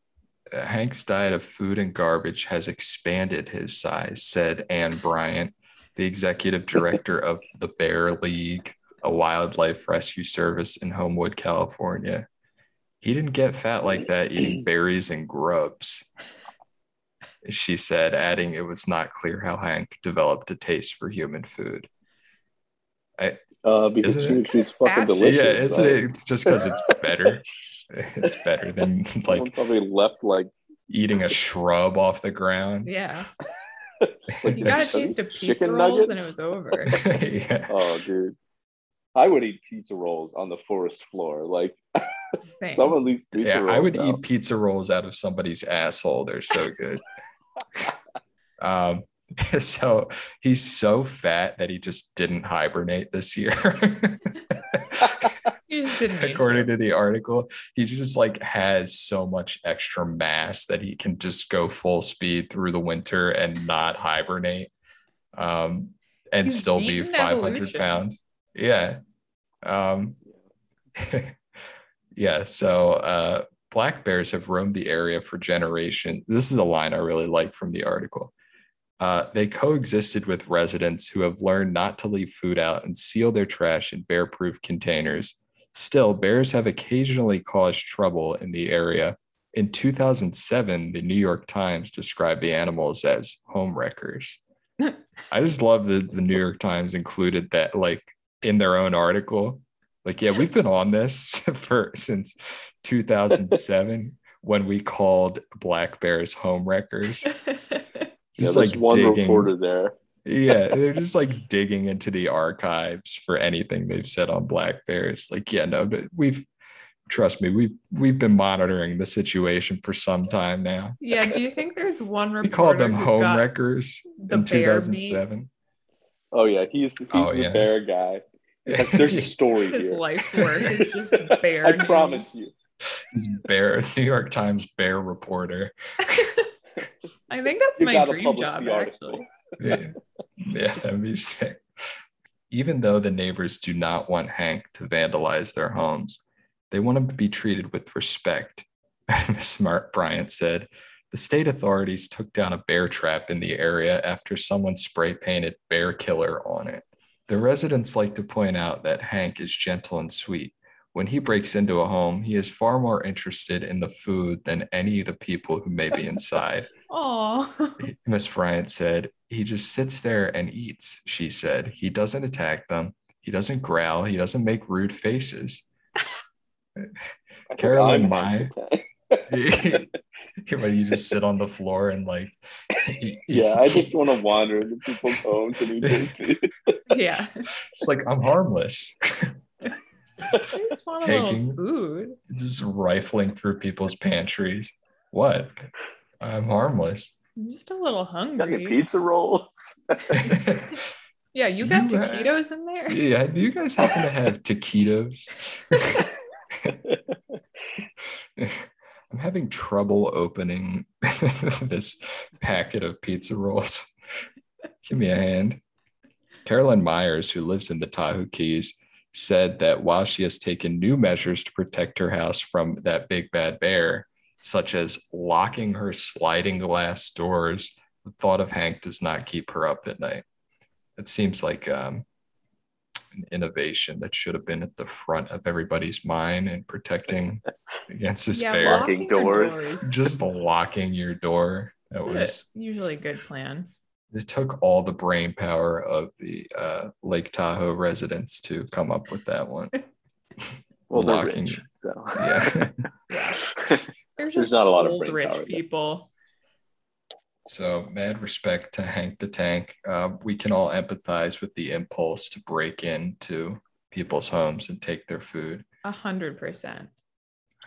uh, Hank's diet of food and garbage has expanded his size, said Ann Bryant, the executive director of the Bear League, a wildlife rescue service in Homewood, California. He didn't get fat like that eating berries and grubs. She said, adding it was not clear how Hank developed a taste for human food.
Uh, because
Oh, Isn't
she, she's fucking
Fat-
delicious.
yeah, isn't
right?
it just because it's better? it's better than
Someone
like
probably left like
eating a shrub off the ground.
Yeah.
Like
He got a
next-
taste of pizza
chicken
rolls and
nuggets?
it was over.
yeah.
oh dude. I would eat pizza rolls on the forest floor. Like
Same.
someone leaves pizza
Yeah,
rolls.
I would
out.
eat pizza rolls out of somebody's asshole. They're so good. um, so he's so fat that he just didn't hibernate this year.
He just didn't need
According
to.
to the article, he just like has so much extra mass that he can just go full speed through the winter and not hibernate, um, and
He's
still be
beaten
500
evolution.
pounds. Yeah. Um, yeah. So uh, black bears have roamed the area for generations. This is a line I really like from the article. Uh, they coexisted with residents who have learned not to leave food out and seal their trash in bear proof containers. Still, bears have occasionally caused trouble in the area. In 2007, the New York Times described the animals as home wreckers. I just love that the New York Times included that, like, in their own article. Like, yeah, we've been on this for since 2007 when we called black bears home wreckers.
yeah, there's one reporter there.
yeah, they're just like digging into the archives for anything they've said on black bears. Like, yeah, no, but we've trust me, we've we've been monitoring the situation for some time now.
Yeah. Do you think there's one reporter?
We called them
who's
home
got-
wreckers
the
in
bear
2007.
Oh yeah, he's he's
Oh,
the
yeah.
bear guy. Like, there's a story
His
here.
life's work is just bear.
I
news.
promise you.
This bear, New York Times bear reporter.
I think that's
You
my
gotta
dream
publish
job,
the article.
actually.
yeah, yeah, that'd be sick. Even though the neighbors do not want Hank to vandalize their homes, they want him to be treated with respect. Smart Bryant said, the state authorities took down a bear trap in the area after someone spray painted bear killer on it. The residents like to point out that Hank is gentle and sweet. When he breaks into a home, he is far more interested in the food than any of the people who may be inside.
Aw.
Miss Bryant said, he just sits there and eats, she said. He doesn't attack them. He doesn't growl. He doesn't make rude faces.
I think
Caroline
I'm
Mai.
Hank the
When you just sit on the floor and like
Yeah, I just want to wander into people's homes and eat their food.
yeah.
it's like I'm harmless.
I just want a little
Taking-
food.
just rifling through people's pantries. What? I'm harmless.
I'm just a little
Got any
hungry.
pizza rolls?
Yeah, you
Do
got
you have-
taquitos in there?
yeah, do you guys happen to have taquitos? I'm having trouble opening this packet of pizza rolls. Give me a hand. Carolyn Myers, who lives in the Tahoe Keys, said that while she has taken new measures to protect her house from that big bad bear, such as locking her sliding glass doors, the thought of Hank does not keep her up at night. It seems like um, an innovation that should have been at the front of everybody's mind and protecting against this
yeah,
bear
locking
your
doors.
just locking your door that
That's
was
a- usually a good plan.
it took all the brain power of the uh, lake tahoe residents to come up with that one
Well, they're
Locking.
rich, so
yeah
They're
There's
just
not a lot of
old
brain
rich
power there.
people.
so mad respect to hank the tank uh, we can all empathize with the impulse to break into people's homes and take their food
A hundred percent.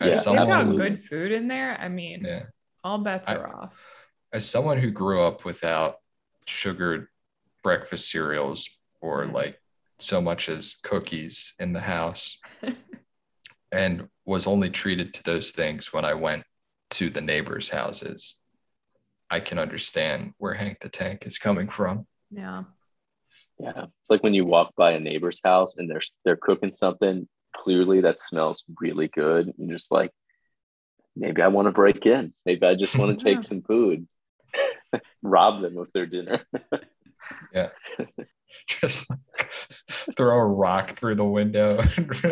as
Yeah,
They've got
someone
absolutely.
good food in there. I mean,
yeah
all bets
I-
are off.
as someone who grew up without sugared breakfast cereals or
Mhm.
Mm-hmm.
like so much as cookies in the house and was only treated to those things when I went to the neighbors' houses, I can understand where Hank the Tank is coming from.
Yeah.
yeah. It's like when you walk by a neighbor's house and they're they're cooking something clearly that smells really good. And you're just like, maybe I want to break in. Maybe I just want to
Yeah.
take some food. Rob them of their dinner.
Just like throw a rock through the window and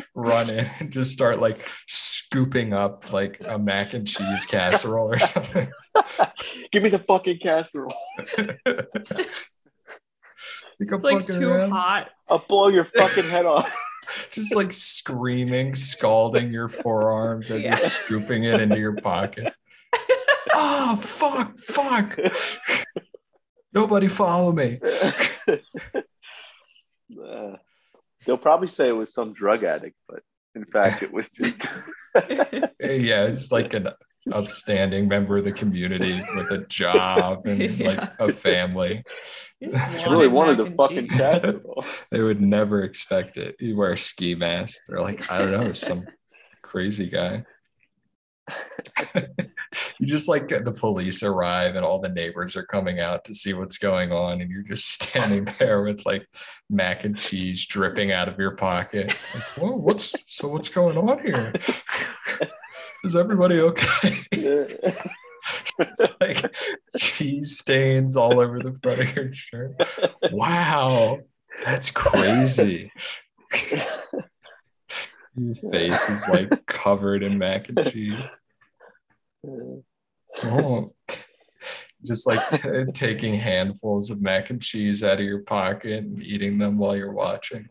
run in and just start like scooping up like a mac and cheese casserole or something.
Give me the fucking casserole.
It's like too hot.
I'll blow your fucking head off.
just like screaming, scalding your forearms as
Yeah.
you're scooping it into your pocket. oh fuck, fuck. Nobody follow me.
Uh, they'll probably say it was some drug addict, but in fact, it was just
Eh, Yeah, it's like an upstanding member of the community with a job and like a family.
You just
I really
wanted
wanted a
mac
fucking
and
casserole.
They would never expect it. You wear a ski mask. They're like, I don't know, some crazy guy. you just like the police arrive and all the neighbors are coming out to see what's going on, and you're just standing there with like mac and cheese dripping out of your pocket. Like, Whoa, what's so what's going on here? Is everybody okay?
Yeah.
It's like cheese stains all over the front of your shirt. Wow, that's crazy. your face is like covered in mac and cheese. Oh. Just like t- taking handfuls of mac and cheese out of your pocket and eating them while you're watching.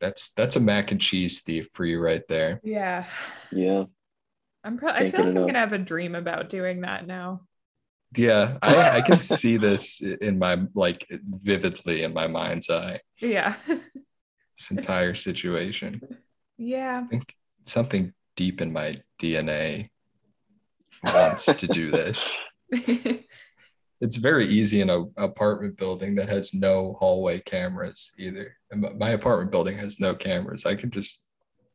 That's that's a mac and cheese thief for you right there.
Yeah.
yeah.
I'm pro- I
Can't
feel like
get
I'm
enough.
gonna have a dream about doing that now.
Yeah, I, I can see this in my like vividly in my mind's eye.
Yeah.
This entire situation.
yeah.
I think something deep in my DNA wants to do this. It's very easy in a apartment building that has no hallway cameras either. And my- my apartment building has no cameras. I can just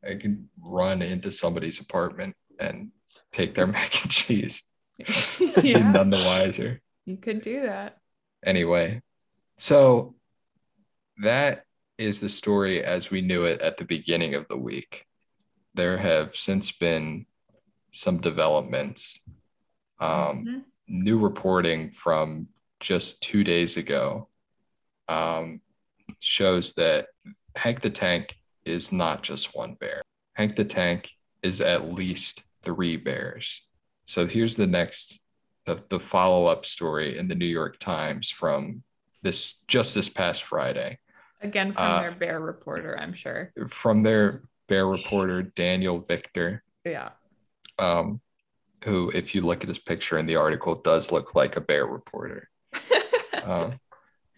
I can run into somebody's apartment and take their mac and cheese. Be
yeah.
None the wiser.
You could do that.
anyway so that is the story as we knew it at the beginning of the week there have since been some developments um,
Mhm.
new reporting from just two days ago um, shows that hank the tank is not just one bear hank the tank is at least three bears so here's the next the, the follow-up story in the new york times from this just this past friday
Again from
Uh,
their bear reporter, I'm sure.
from their bear reporter daniel victor
Yeah.
um, who if you look at his picture in the article does look like a bear reporter
uh,
Um,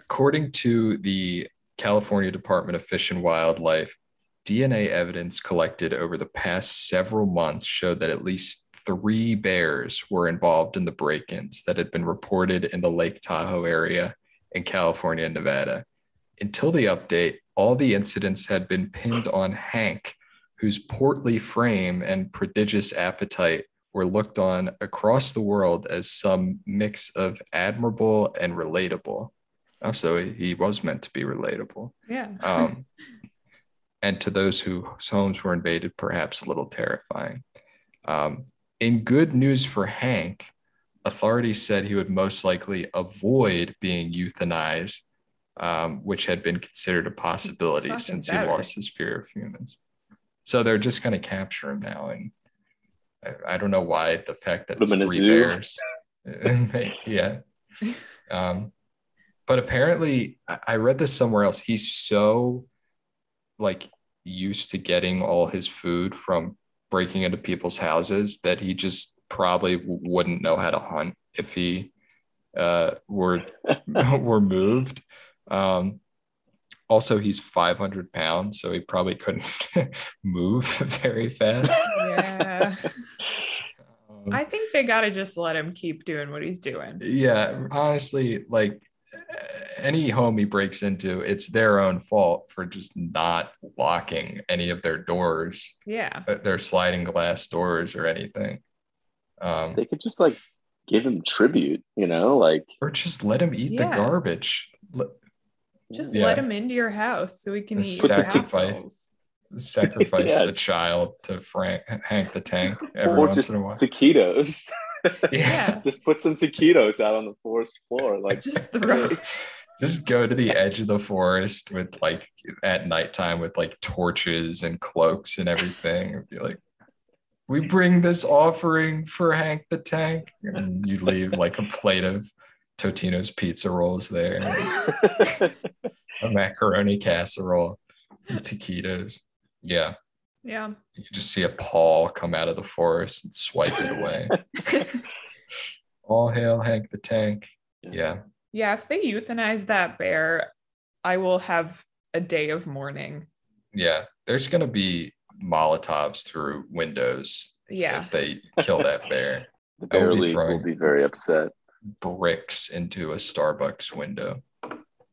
according to the California Department of Fish and Wildlife, DNA evidence collected over the past several months showed that at least three bears were involved in the break ins that had been reported in the Lake Tahoe area in California and Nevada. Until the update, all the incidents had been pinned on Hank, whose portly frame and prodigious appetite were looked on across the world as some mix of admirable and relatable. Oh, so he, he was meant to be relatable.
yeah.
Um, and to those whose homes were invaded, perhaps a little terrifying. Um, in good news for Hank, authorities said he would most likely avoid being euthanized, um, which had been considered a possibility
Fucking
since
better.
he lost his fear of humans. So they're just going to capture him now. And I, I don't know why the fact that
Put
it's
him in a
three
zoo.
bears. yeah. Um, but apparently, I- I read this somewhere else. He's so like used to getting all his food from breaking into people's houses that he just probably w- wouldn't know how to hunt if he uh, were were moved. Um, also, he's 500 pounds, so he probably couldn't move very fast.
yeah.
Um,
I think they gotta just let him keep doing what he's doing.
yeah honestly like any home he breaks into it's their own fault for just not locking any of their doors
Yeah.
uh, their sliding glass doors or anything um
They could just like give him tribute, you know, like
or just let him eat
Yeah.
the garbage L-
Just
Yeah.
let him into your house so we can eat
The sacrifice.
your house.
sacrifice
Yeah.
a child to frank hank the tank every
Or
once
just
in a while
taquitos.
Yeah.
just put some taquitos out on the forest floor. Like
Just throw
just go to the edge of the forest with like at nighttime with like torches and cloaks and everything and be like we bring this offering for hank the tank and you leave like a plate of totino's pizza rolls there a macaroni casserole and taquitos yeah
Yeah.
you just see a paw come out of the forest and swipe it away all hail hank the tank yeah
Yeah, if they euthanize that bear, I will have a day of mourning.
Yeah, there's gonna be Molotovs through windows
Yeah.
if they kill that bear.
the
I will
Bear
be
League will
throwing-
be very upset.
Bricks into a Starbucks window.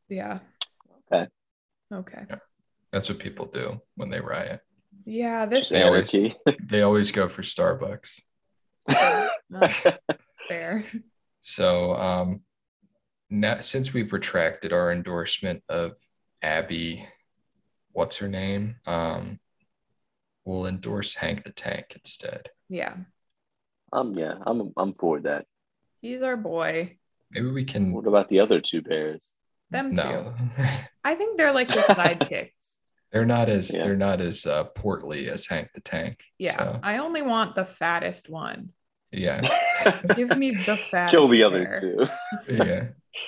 Yeah.
Okay.
Okay.
That's what people do when they riot.
Yeah, this
They always-
Anarchy.
They always go for Starbucks.
not fair.
So um, now since we've retracted our endorsement of Abby, what's her name? Um, we'll endorse Hank the Tank instead.
Yeah.
um yeah, I'm I'm for that.
He's our boy.
Maybe we can.
What about the other two bears?
Them two.
No,
I think they're like the sidekicks.
they're not as
Yeah.
they're not as uh, portly as Hank the Tank.
Yeah.
So,
I only want the fattest one.
yeah.
Give me the fattest.
Kill the other
bear.
two.
Yeah.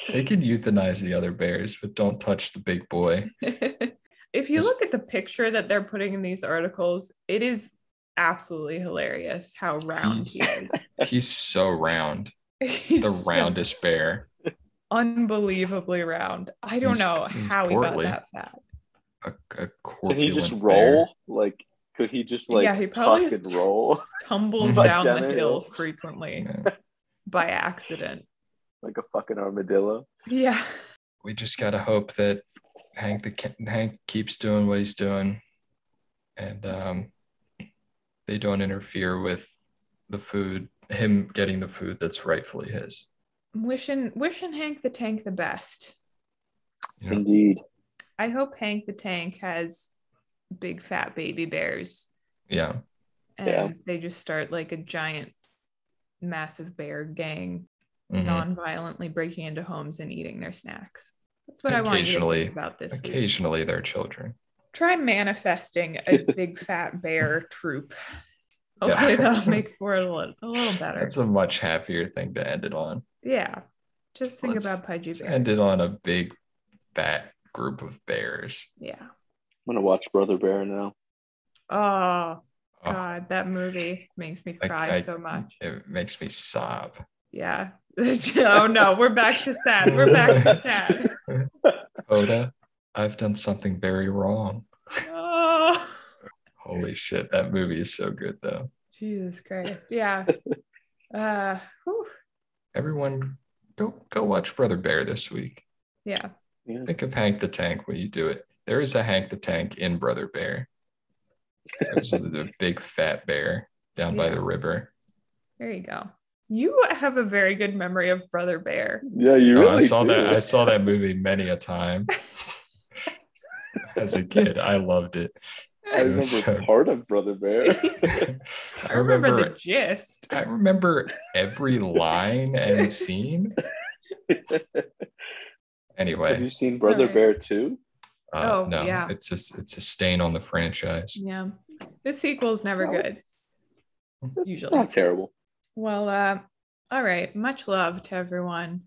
They can euthanize the other bears, but don't touch the big boy.
if you
It's-
look at the picture that they're putting in these articles, it is absolutely hilarious how round he is.
He's so round,
He's
the
just
roundest bear.
unbelievably round. I don't
He's-
know
he's
how
portly.
he got that fat.
A, a
Can he just
corpulent bear.
roll? Like, could he just like
Yeah, he probably
tuck
just-
and roll
Tumbles
Like
down
down
the
a
hill
hill.
frequently
Yeah.
by accident.
like a fucking armadillo?
Yeah.
we just gotta hope that Hank the Ca- Hank keeps doing what he's doing, and um, they don't interfere with the food, him getting the food that's rightfully his.
I'm wishing wishing Hank the Tank the best.
Yeah.
Indeed.
I hope Hank the Tank has big fat baby bears
Yeah,
and
Yeah.
they just start like a giant massive bear gang
Mhm.
non-violently breaking into homes and eating their snacks. That's what I want you to
Occasionally-
think about this week.
occasionally they're children.
Try manifesting a big fat bear troop. Hopefully
Yeah.
that'll make for it a little, a little better.
That's a much happier thing to end it on.
yeah. Just think
Let's-
about pudgy bears.
Let's end it on a big, fat group of bears.
Yeah.
I'm gonna watch Brother Bear now.
Oh
Oh,
God, that movie makes me
I-
cry
I-
so much.
It makes me sob.
Yeah. oh no, we're back to sad. We're back to sad.
Oda, I've done something very wrong.
Oh,
Holy shit, that movie is so good though.
Jesus Christ. Yeah. Uh, whew.
everyone go go watch Brother Bear this week.
yeah.
Yeah.
Think of Hank the Tank when you do it. There is a Hank the Tank in Brother Bear. There's a, the big fat bear down by
Yeah.
the river.
There you go. You have a very good memory of Brother Bear.
Yeah, you
Oh,
really
I saw
do.
that. I saw that movie many a time as a kid. I loved it.
I remember
So-
part of Brother Bear.
I remember, the gist.
I remember every line and scene.
Have
Anyway,
you seen Brother
Alright.
Bear 2?
uh,
Oh,
no,
yeah.
it's a, it's a stain on the franchise.
Yeah. The sequel's never
No,
good.
it's- It's
Usually.
not terrible.
Well, uh, all right. Much love to everyone.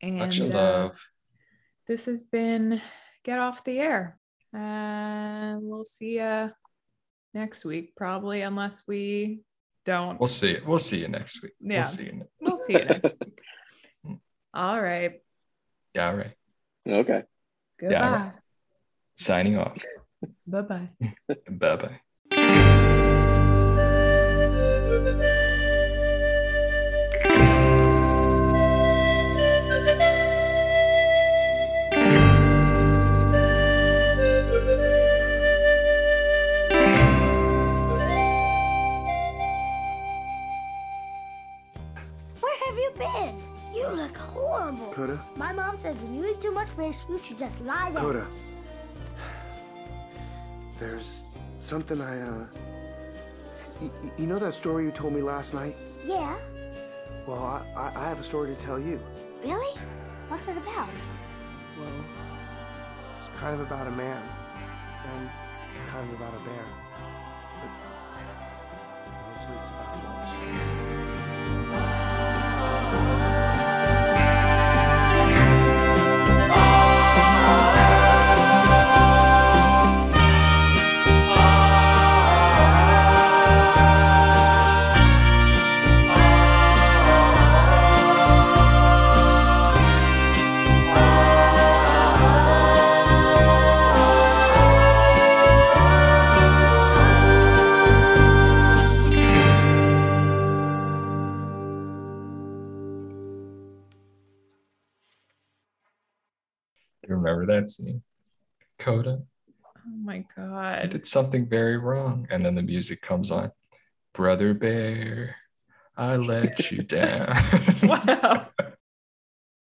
And
Much
uh,
love.
this has been Get Off the Air. Uh, we'll see you next week, probably, unless we don't.
We'll see. We'll see you next week.
Yeah.
We'll see you. ne-
We'll see you next week. All right.
Yeah. All right.
Okay.
Goodbye.
all right. Signing off.
Bye bye.
bye bye.
Where have you been? You look horrible.
Coulda,
My mom says when you eat too much fish, you should just lie down.
coulda. There's something I, uh. y- y- you know that story you told me last night?
Yeah?
Well, I, I, I have a story to tell you.
Really? What's it about?
Well, it's kind of about a man, and kind of about a bear. But mostly it's about a monster.
You remember that scene? Coda
Oh my
I
God.
did something very wrong. And then the music comes on. Brother Bear, I let you down.
Wow.